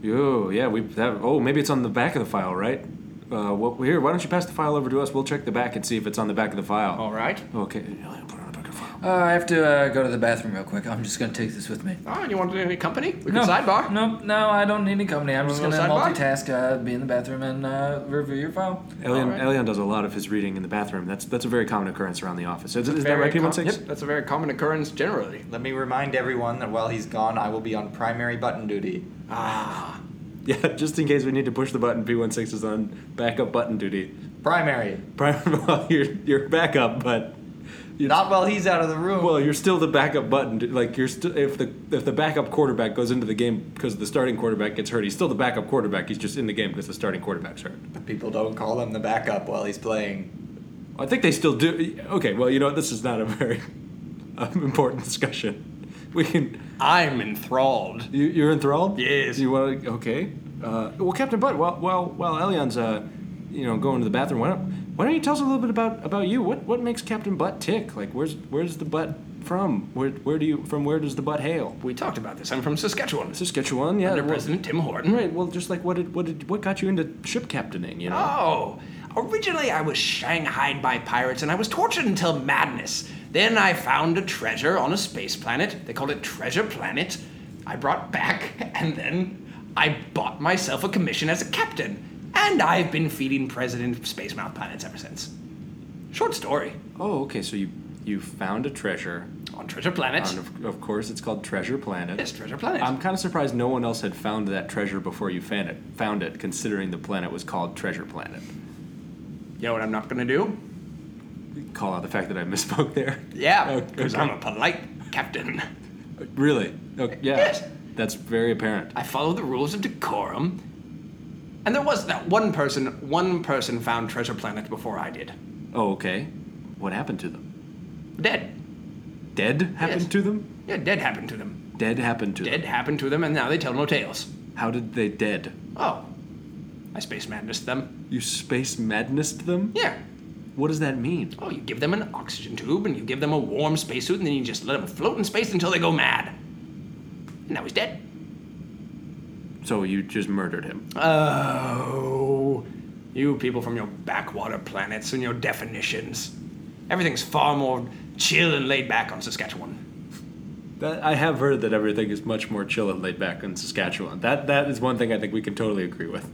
Oh, yeah, we that oh, maybe it's on the back of the file, right? Uh, what here, why don't you pass the file over to us? We'll check the back and see if it's on the back of the file. All right. Okay. yeah, Oh. Put it on the back of the file. uh, I have to uh, go to the bathroom real quick. I'm just going to take this with me. Oh, and you want any company? We can No, sidebar. Nope, no, I don't need any company. I'm just Wanna going to go sidebar? multitask, uh, be in the bathroom, and uh, review your file. Elian, all right. Elian does a lot of his reading in the bathroom. That's that's a very common occurrence around the office. Is, is that right, Very com- P16? Yep, that's a very common occurrence generally. Let me remind everyone that while he's gone, I will be on primary button duty. Yeah, just in case we need to push the button, P16 is on backup button duty. Primary. Prime, well, you're, you're backup, but Not while he's out of the room. Well, you're still the backup button. dude. Like you're still if the if the backup quarterback goes into the game because the starting quarterback gets hurt, he's still the backup quarterback. He's just in the game because the starting quarterback's hurt. People don't call him the backup while he's playing. I think they still do. Okay, well, you know what? this is not a very um, important discussion. We can. I'm enthralled. You, you're enthralled. Yes. You want to? Okay. Uh, well, Captain Bud. While while while Elion's uh, you know, going to the bathroom. Why don't why don't you tell us a little bit about about you? What what makes Captain Butt tick? Like where's where's the butt from? Where where do you from? Where does the butt hail? We talked about this. I'm from Saskatchewan. Saskatchewan, yeah. Under well- President Tim Horton. Right. Well, just like what did what did what got you into ship captaining? You know. Oh, originally I was shanghaied by pirates and I was tortured until madness. Then I found a treasure on a space planet. They called it Treasure Planet. I brought back, and then I bought myself a commission as a captain. And I've been feeding President Space Mouth planets ever since. Short story Oh, okay. So you you found a treasure. on Um, Treasure Planet. And of, of course, it's called Treasure Planet. Yes, Treasure Planet. I'm kind of surprised no one else had found that treasure before you found it. Found it, considering the planet was called Treasure Planet. you know what I'm not gonna do? Call out the fact that I misspoke there. Yeah, Okay. because I'm a polite captain. Really? Okay, yeah. Yes. That's very apparent. I followed the rules of decorum. And there was that one person, one person found Treasure Planet before I did. Oh, okay. What happened to them? Dead. Dead happened Yes. to them. Yeah, dead happened to them. Dead happened to Dead them. happened to them, and now they tell no tales. How did they dead? Oh, I space madness them. You space madnessed them? Yeah, What does that mean? Oh, you give them an oxygen tube and you give them a warm spacesuit and then you just let them float in space until they go mad. And now he's dead. So you just murdered him. Oh, you people from your backwater planets and your definitions. Everything's far more chill and laid back on Saskatchewan. That, I have heard that everything is much more chill and laid back in Saskatchewan. That that is one thing I think we can totally agree with.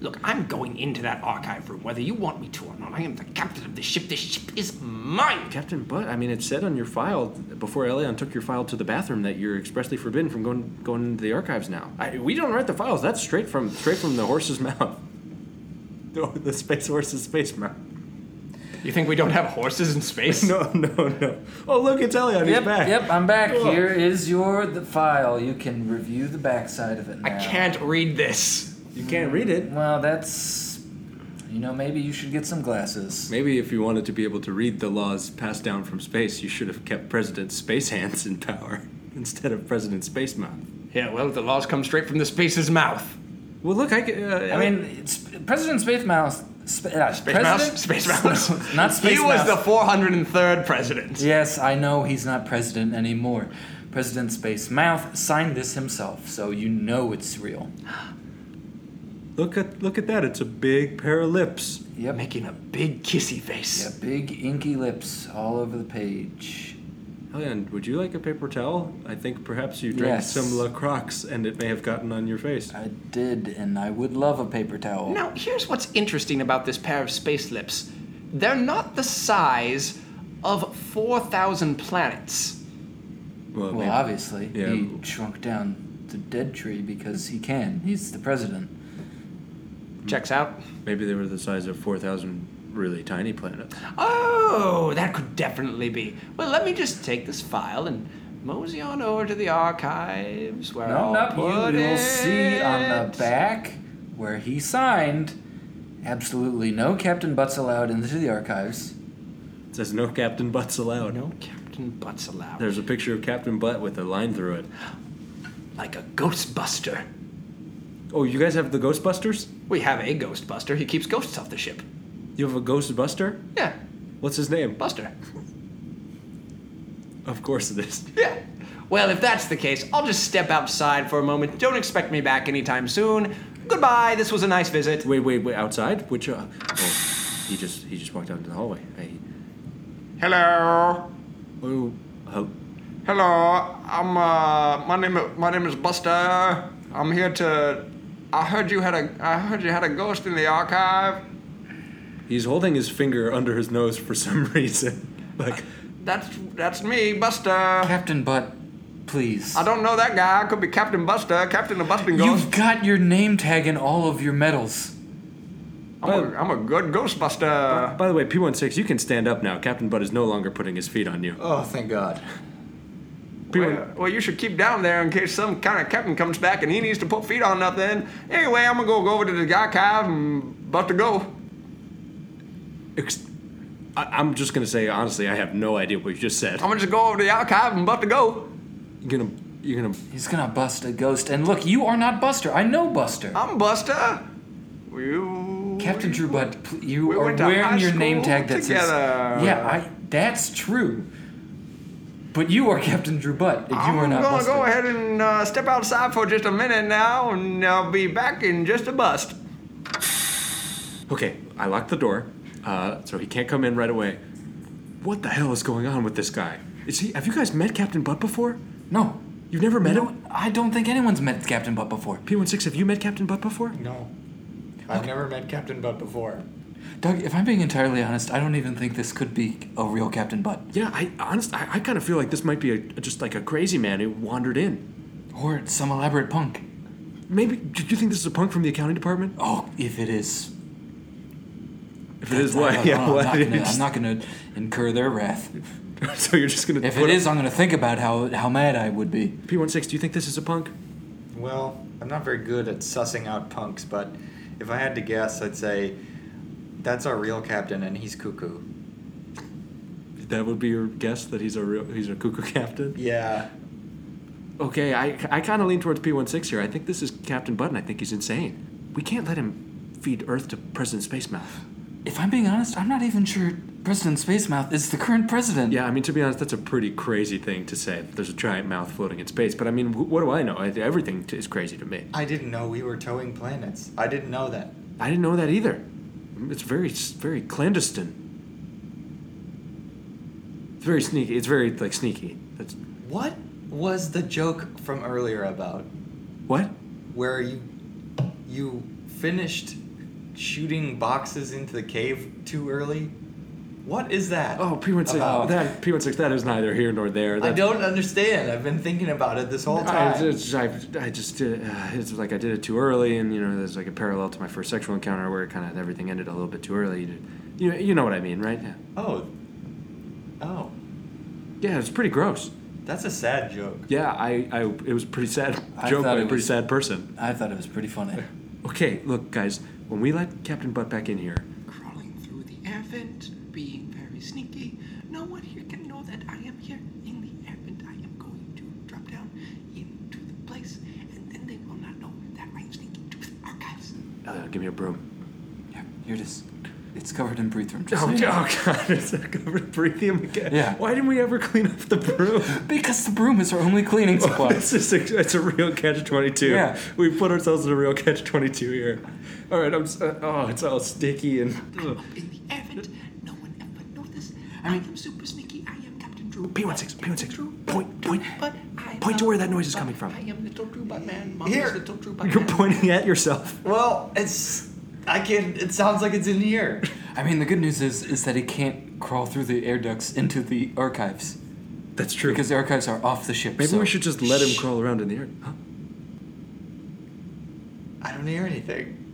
Look, I'm going into that archive room whether you want me to or not. I am the captain of the ship. This ship is mine. Captain Butt, I mean, it said on your file before Elion took your file to the bathroom that you're expressly forbidden from going going into the archives now. I, we don't write the files. That's straight from straight from the horse's mouth. The, the space horse's space mouth. You think we don't have horses in space? No, no, no. Oh, look, it's Elion. He's Yep, back. yep, I'm back. Cool. Here is your the file. You can review the backside of it I now. can't read this. You can't read it. Well, that's. You know, maybe you should get some glasses. Maybe if you wanted to be able to read the laws passed down from space, you should have kept President Space Hands in power instead of President Space Mouth. Yeah, well, the laws come straight from the space's mouth. Well, look, I, c- I uh, mean, it's President Space Mouse. Sp- uh, Space President? Mouse? Space Mouse. Not Space He was Mouse. the 403rd president. Yes, I know he's not president anymore. President Space Mouth signed this himself, so you know it's real. look at look at that. It's a big pair of lips. Yep. Making a big kissy face. Yeah, big inky lips all over the page. Helen, would you like a paper towel? I think perhaps you drank Yes. Uh, some La Croix and it may have gotten on your face. I did, and I would love a paper towel. Now, here's what's interesting about this pair of space lips they're not the size of 4,000 planets. Well, Well, maybe. obviously, Yeah. he shrunk down the dead tree because he can. He's the president. Checks out. maybe they were the size of 4,000 really tiny planets. Oh, that could definitely be. Well, let me just take this file and mosey on over to the archives where No, I'll no, put you, you'll see on it. the back where he signed. Absolutely no Captain Butts allowed into the archives. It says no Captain Butts allowed. No Captain Butts allowed. There's a picture of Captain Butt with a line through it. like a Ghostbuster. Oh, you guys have the Ghostbusters? We have a Ghostbuster. He keeps ghosts off the ship. You have a Ghostbuster? Yeah, What's his name? Buster. Of course it is. Yeah. Well, if that's the case, I'll just step outside for a moment. Don't expect me back anytime soon. Goodbye. This was a nice visit. Wait, wait, wait. Outside? Which? Uh, oh, he just he just walked out into the hallway. I, Hello. oh, hel- Hello. I'm uh my name my name is Buster. I'm here to I heard you had a I heard you had a ghost in the archive. he's holding his finger under his nose for some reason. Like, That's that's me, Buster. Captain Butt, please. I don't know that guy. I could be Captain Buster, Captain the Busting Ghost. You've got your name tag in all of your medals. I'm a, I'm a good Ghostbuster. by the way, P16, you can stand up now. Captain Butt is no longer putting his feet on you. Oh, thank God. Well, well, you should keep down there in case some kind of captain comes back and he needs to put feet on nothing. Anyway, I'm gonna go, go over to the archive and about to go. Ex- I, I'm just gonna say honestly, I have no idea what you just said. I'm gonna just go over to the archive and about to go. You're gonna, you're gonna. He's gonna bust a ghost. And look, you are not Buster. I know Buster. I'm Buster. You. Captain Drew Butt, pl- you We are went to high wearing your name school tag that says. together. Yeah, I, that's true. But you are Captain Drew Butt, and you I'm are not gonna Buster. go ahead and uh, step outside for just a minute now, and I'll be back in just a bust. Okay, I locked the door, uh, so he can't come in right away. What the hell is going on with this guy? Is he? Have you guys met Captain Butt before? No, You've never met no, him. I don't think anyone's met Captain Butt before. P16, have you met Captain Butt before? No. I've never met Captain Butt before. Doug, if I'm being entirely honest, I don't even think this could be a real Captain Butt. Yeah, I honest, I, I kind of feel like this might be a, just like a crazy man who wandered in. Or some elaborate punk. Maybe do you think this is a punk from the accounting department? Oh, if it is. If it is, I- I what? don't Yeah, know, what? I'm, not gonna, I'm not gonna incur their wrath. so you're just gonna. If it put a- is, I'm gonna think about how, how mad I would be. P16, do you think this is a punk? Well, I'm not very good at sussing out punks, but if I had to guess, I'd say that's our real captain and he's cuckoo. That would be your guess that he's a real he's a cuckoo captain. Yeah. Okay, I I kind of lean towards P16 here. I think this is Captain Button. I think he's insane. We can't let him feed Earth to President Space Mouth. If I'm being honest, I'm not even sure President Spacemouth is the current president. Yeah, I mean, to be honest, that's a pretty crazy thing to say. That there's a giant mouth floating in space. But I mean, wh- what do I know? I, everything t- is crazy to me. I didn't know we were towing planets. I didn't know that. I didn't know that either. It's very, s- very clandestine. It's very sneaky. It's very like sneaky. That's What was the joke from earlier about what? where you you finished shooting boxes into the cave too early? What is that? Oh, P one six. about? That P one six. That is neither here nor there. I That's- don't understand. I've been thinking about it this whole I, time. it's- I, I just did. Uh, it's like I did it too early, and you know, there's like a parallel to my first sexual encounter where kind of everything ended a little bit too early. You, you, you know what I mean, right? Yeah. oh. Oh. Yeah, it's pretty gross. That's a sad joke. Yeah, I, I it was a pretty sad I joke thought by a it pretty was- sad person. I thought it was pretty funny. Okay, look, guys, when we let Captain Butt back in here, crawling through the air vent, being very sneaky. No one here can know that I am here in the air vent. I am going to drop down into the place, and then they will not know that I am sneaking to the archives. uh, give me a broom. Yeah, here it is. It's covered in breathe room. Just Oh, so you know. oh God, it's a covered breathium again. Yeah. Why didn't we ever clean up the broom? Because the broom is our only cleaning supply. It's, just a, it's a real catch twenty two. Yeah. we put ourselves in a real catch twenty two here. All right, I'm. s- Uh, oh, it's all sticky and. ugh. Up in the air vent, no one ever noticed. I I, mean- am super sneaky. I am Captain Drew. P16, Captain P16. Drew, Point, Drew point. Butt. I Point to love where that noise is Butt. coming from. I am little Drew Butt Man. Mom Here. is little Drew Butt You're Man. pointing at yourself. Well, it's I can it sounds like it's in here. I mean, the good news is is that it can't crawl through the air ducts into the archives That's true. because the archives are off the ship. maybe so- we should just let him crawl around in the air. Huh? I don't hear anything.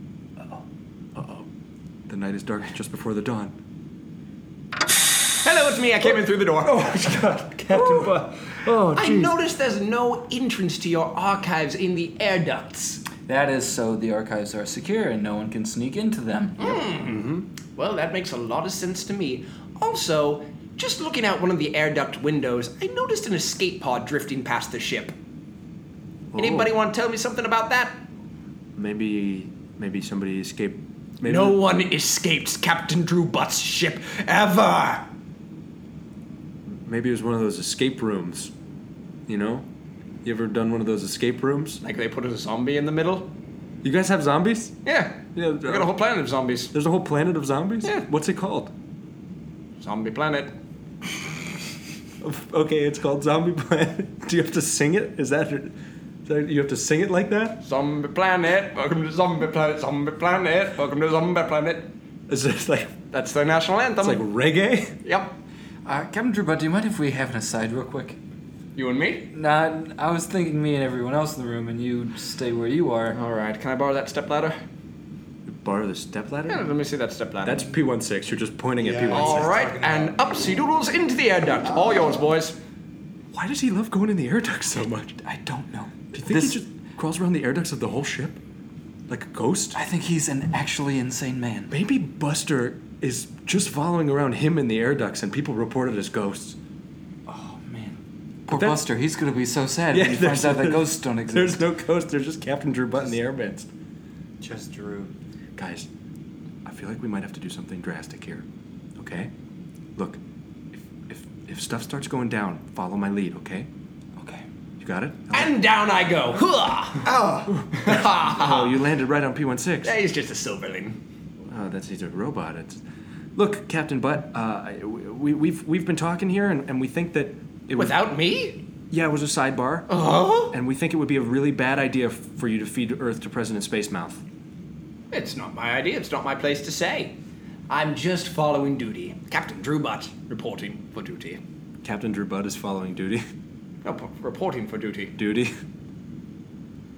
The night is dark just before the dawn. Hello, it's me. I came in through the door. Captain Butt. Oh, I noticed there's no entrance to your archives in the air ducts. That is so the archives are secure and no one can sneak into them. Well, that makes a lot of sense to me. Also, just looking out one of the air duct windows, I noticed an escape pod drifting past the ship. Anybody Oh. want to tell me something about that? Maybe, maybe somebody escaped. Maybe No one escapes Captain Drew Butt's ship ever. Maybe it was one of those escape rooms. You know, you ever done one of those escape rooms? Like they put a zombie in the middle? You guys have zombies? Yeah. Yeah, We got a whole planet of zombies. There's a whole planet of zombies. Yeah. What's it called? Zombie planet. Okay, it's called Zombie Planet. Do you have to sing it? Is that, is that you have to sing it like that? Zombie planet. Welcome to zombie planet. Zombie planet. Welcome to zombie planet. Is this like That's their national anthem. it's like reggae? yep. Uh, Captain Drubut, do you mind if we have an aside real quick? You and me? Nah, I was thinking me and everyone else in the room, and you stay where you are. Oh. All right. Can I borrow that stepladder? Borrow the step Yeah, ladder. let me see that stepladder. That's P16. You're just pointing at Yeah. P16. All All What's right, talking and upsy doodles into the air duct. All yours, boys. Why does he love going in the air ducts so much? I don't know. Do you think he just crawls around the air ducts of the whole ship, like a ghost? I think he's an actually insane man. Maybe Buster is just following around him in the air ducts, and people report it as ghosts. Oh man, poor that's- Buster. He's gonna be so sad when he finds out that ghosts don't exist. There's no ghosts. There's just Captain Drew Butt in the air vents. Just Drew. Guys, I feel like we might have to do something drastic here. Okay? Look, if if if stuff starts going down, follow my lead, okay? Okay. You got it? And down I go. Hooah! Oh, you landed right on P16. He's just a silverling. Oh, that's he's a robot. It's Look, Captain Butt, uh, I- we, we've we've been talking here and, and we think that it was, Without me? Uh-huh. Yeah, it was a sidebar. Huh? And we think it would be a really bad idea f- for you to feed Earth to President Spacemouth. It's not my idea. It's not my place to say. I'm just following duty. Captain Drewbutt reporting for duty. Captain Drew Butt is following duty. No, p- reporting for duty. Duty.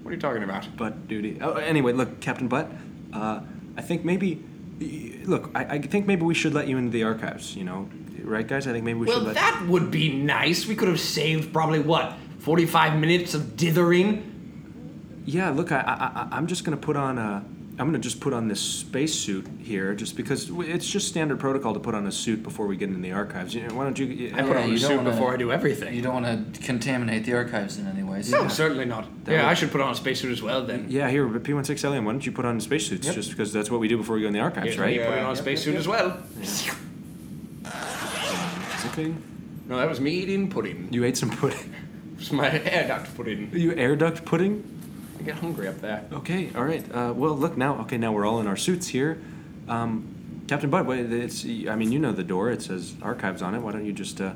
What are you talking about? butt duty. Oh, anyway, look, Captain Butt. Uh, I think maybe. y- Look, I, I think maybe we should let you into the archives. You know, right, guys? I think maybe we well, should let. that would be nice. We could have saved probably what 45 minutes of dithering. yeah, look, I, I, I, I'm just gonna put on a. I'm gonna just put on this spacesuit here, just because w- it's just standard protocol to put on a suit before we get into the archives. You know, why don't you? I put Yeah, on you don't a suit wanna- before I do everything. You don't want to contaminate the archives in any way. device. No, certainly not. That yeah, would- I should put on a spacesuit as well then. uh, Yeah, here, but P16 Alien, why don't you put on spacesuits? Just because that's what we do before we go in the archives, Yeah, right? You put on a spacesuit as well. uh, Is it clean? No, that was me eating pudding. You ate some pudding. It was my air duct pudding. You air duct pudding? I get hungry up there. Okay, all right. Uh, well, look now. Okay, now we're all in our suits here. Um, Captain Bud, wait, it's. I mean, you know the door. It says archives on it. Why don't you just uh,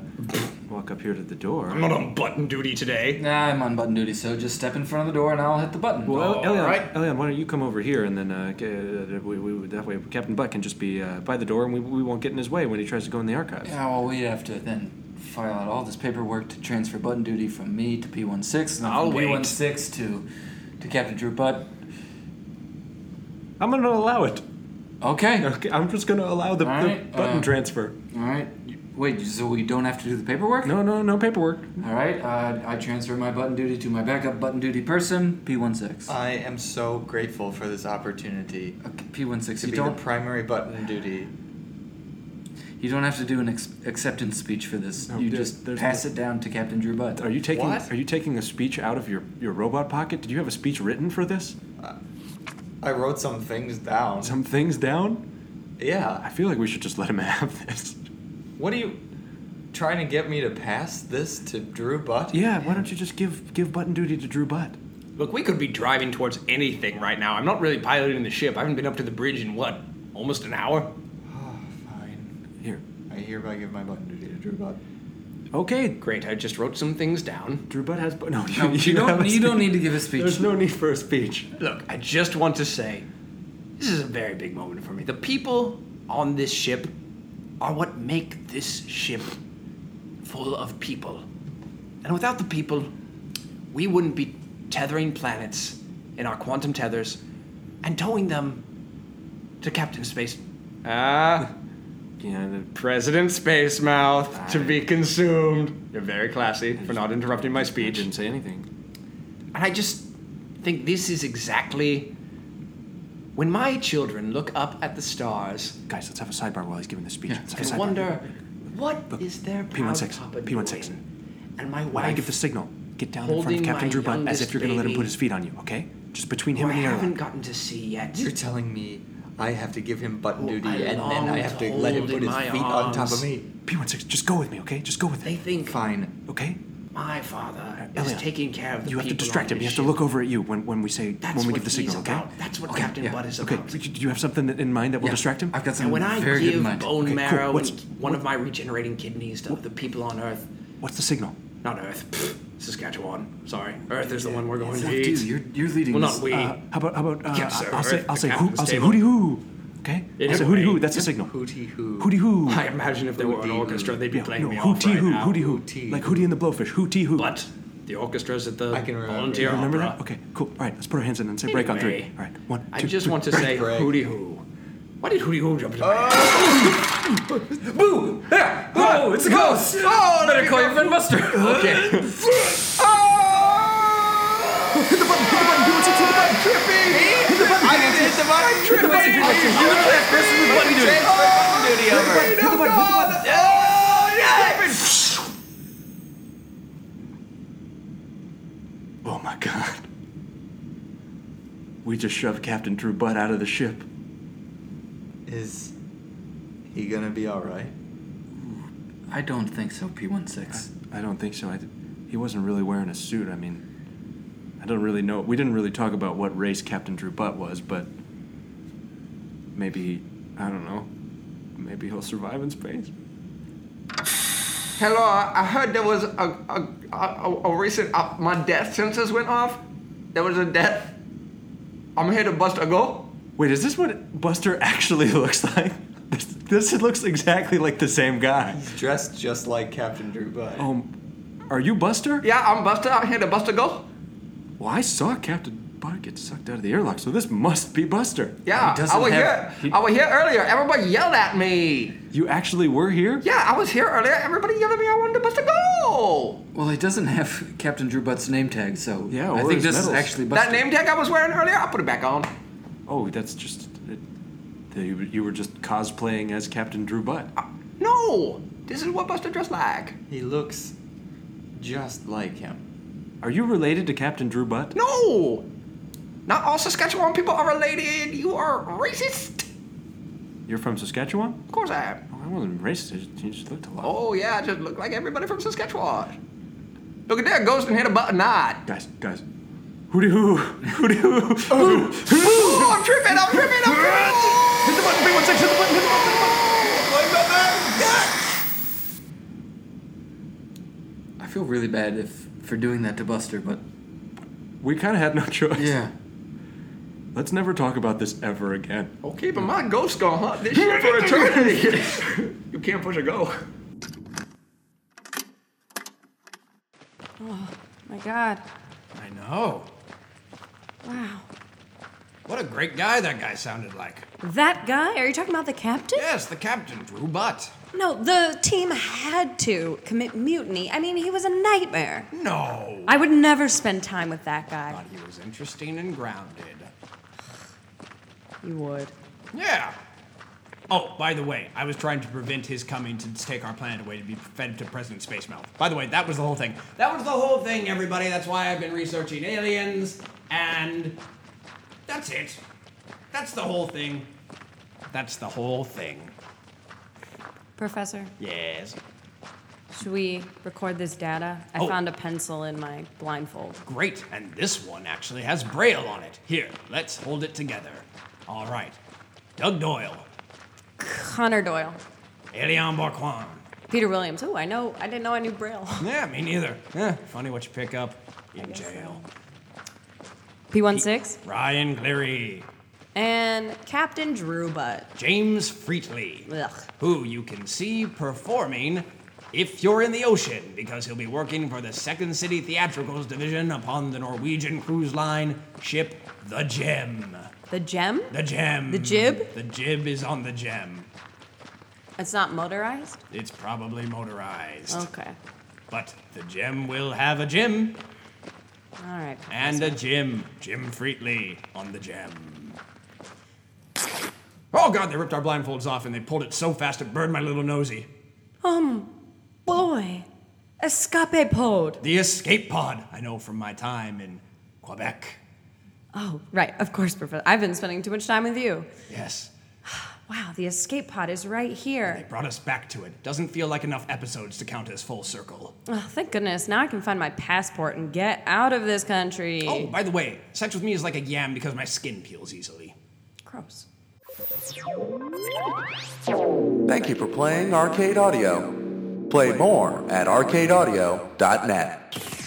walk up here to the door? I'm not on button duty today. Nah, I'm on button duty, so just step in front of the door and I'll hit the button. Well, All Elion, right. Elion, why don't you come over here and then uh, g- uh, we, we, that way Captain Butt can just be uh, by the door and we, we won't get in his way when he tries to go in the archives. yeah, well, we'd have to then file out all this paperwork to transfer button duty from me to P16 and then I'll from wait. P16 to to Captain Drew Butt. I'm gonna allow it. Okay. Okay, I'm just gonna allow the, All right, the button uh, transfer. All right. You- Wait, so we don't have to do the paperwork? No, no, no paperwork. All right. Uh, I transfer my button duty to my backup button duty person, P16. I am so grateful for this opportunity Okay, P16, to you be don't the primary button duty. you don't have to do an ex- acceptance speech for this. No, you there's- just there's pass no- it down to Captain Drew Butt. Are you taking What? Are you taking a speech out of your, your robot pocket? Did you have a speech written for this? I wrote some things down. Some things down. I Yeah. feel like we should just let him have this. What are you trying to get me to pass this to Drew Butt? Yeah, why don't you just give give button duty to Drew Butt? Look, we could be driving towards anything right now. I'm not really piloting the ship. I haven't been up to the bridge in what? Almost an hour? Fine. Here. I hereby give my button duty to Drew Butt. Okay, Great, I just wrote some things down. Drew Butt has. bu- No, you, No, you you, don't. have a You don't speech. need to give a speech. There's no need for a speech. Look, I just want to say this is a very big moment for me. The people on this ship are what make this ship full of people. And without the people, we wouldn't be tethering planets in our quantum tethers and towing them to Captain Space. Ah. Yeah, the- President Space Mouth to be consumed. You're very classy for not interrupting my I speech. didn't say anything. And I just think this is exactly when my children look up at the stars Guys, let's have a sidebar while he's giving the speech. let's have a and sidebar. wonder what is their proud P16, papa P16. doing? And my When I wife. give the signal, get down in front of holding Captain my Drew Butt as youngest if you're going to let him baby. put his feet on you, okay? Just between who him I and the haven't airlock. gotten to see yet. You're telling me I have to give him button Oh, duty I and then I long have to to let him hold put in his my feet on top arms. of me. P16, just go with me, okay? Just go with They it, think Fine. okay? my father Elliot, is taking care of the You have people to distract on him. You this have to ship. look over at you when, when we say That's when we what give the he's signal, okay? about. That's what Captain Butt is okay. about. Do you have something in mind that will distract him? I've got some And when I very good give in mind. bone cool. marrow What's- and one of my regenerating kidneys to the people on Earth, What's the signal? not Earth, pff, Saskatchewan. Sorry, Earth is the one we're going Fuck, to dude, eat. you're, you're leading well, this. not we. Uh, how about how about uh, Yes, sir. I'll say I'll say The who captain's I'll say table. hooty hoo, okay? It I'll is say hooty hoo. right. That's the signal. Hooty hoo. Hooty hoo. I imagine if there were an orchestra, they'd be Yeah, playing no, me hoo off tee right hoo, now. hooty hoo, like hooty and the blowfish, hooty hoo. But the orchestra's at the I can remember. volunteer You Remember opera. that? Okay, cool. All right, let's put our hands in and say break on three. Anyway, All right, one, two, I just three, want to break. say break. hooty hoo. Why did hooty hoo jump into my head? Boo! There! ah! Oh, it's a ghost! Oh, better call your friend Buster. Okay. Oh! Oh my god. We just shoved Captain Drew Butt out of the ship. Is he gonna be alright? I don't think so, P16. I don't think so. I th- he wasn't really wearing a suit. I mean, I don't really know. We didn't really talk about what race Captain Drew Butt was, but maybe, I don't know. Maybe he'll survive in space. Hello, I heard there was a, a, a, a recent. Uh, my death sensors went off. There was a death. I'm here to bust a go. Wait, is this what Buster actually looks like? This, this looks exactly like the same guy. He's dressed just like Captain Drew Butt. Um, are you Buster? Yeah, I'm Buster. I'm here to bust a go. Well, I saw Captain Butt get sucked out of the airlock, so this must be Buster. Yeah, He doesn't I was have- here. I was here earlier. Everybody yelled at me. You actually were here? Yeah, I was here earlier. Everybody yelled at me. I wanted to bust a go. Well, he doesn't have Captain Drew Butt's name tag, so Yeah, I or think his this is medals. actually Buster. That name tag I was wearing earlier, I put it back on. Oh, that's just. It, that you, you were just cosplaying as Captain Drew Butt. No, this is what Buster dressed like. He looks just like him. Are you related to Captain Drew Butt? No! Not all Saskatchewan people are related. You are racist. You're from Saskatchewan? Of course I am. Oh, I wasn't racist. You just looked a lot. Oh, yeah, I just look like everybody from Saskatchewan. Look at that ghost and hit a button nine. Guys, guys. Who do who? Who do who? Ooh, I'm tripping, I'm tripping, I'm tripping. Hit the Oh. button, 316, hit the button, hit the button, hit the button. I feel really bad if for doing that to Buster, but We kind of had no choice. yeah. Let's never talk about this ever again. Oh, keep in mind, ghosts gonna hunt this shit for eternity. you can't push a go. My God. I know. Wow. What a great guy that guy sounded like. That guy? Are you talking about the captain? Yes, the captain, Drew Butt. No, the team had to commit mutiny. I mean, he was a nightmare. No. I would never spend time with that guy. Thought he was interesting and grounded. You would. Yeah. Oh, by the way, I was trying to prevent his coming to take our planet away to be fed to President Space Mouth. By the way, that was the whole thing. That was the whole thing, everybody. That's why I've been researching aliens, and that's it. That's the whole thing. That's the whole thing. Professor, Yes. should we record this data? I Oh. found a pencil in my blindfold. Great, and this one actually has Braille on it. Here, let's hold it together. All right. Doug Doyle, Connor Doyle. Elian Barquan. Peter Williams. Oh, I know. I didn't know I knew Braille. Yeah, me neither. Yeah, funny what you pick up in jail. P16 Ryan Cleary, and Captain Drew Butt. James Freatley, Ugh. who you can see performing if you're in the ocean, because he'll be working for the Second City Theatricals Division upon the Norwegian cruise line ship The Gem. The gem? The Gem. The jib? The jib is on the Gem. It's not motorized? It's probably motorized. Okay. But the gem will have a gym All right. and a gym. Jim Freatley on the gem. Oh god, they ripped our blindfolds off and they pulled it so fast it burned my little nosy. Boy, escape pod. The escape pod, I know from my time in Quebec. Oh, right. Of course, Professor. I've been spending too much time with you. Yes, Wow, the escape pod is right they here. brought us back to it. Doesn't feel like enough episodes to count as full circle. Oh, thank goodness. Now I can find my passport and get out of this country. Oh, by the way, sex with me is like a yam because my skin peels easily. gross. Thank you for playing Arcade Audio. Play more at arcadeaudio.net.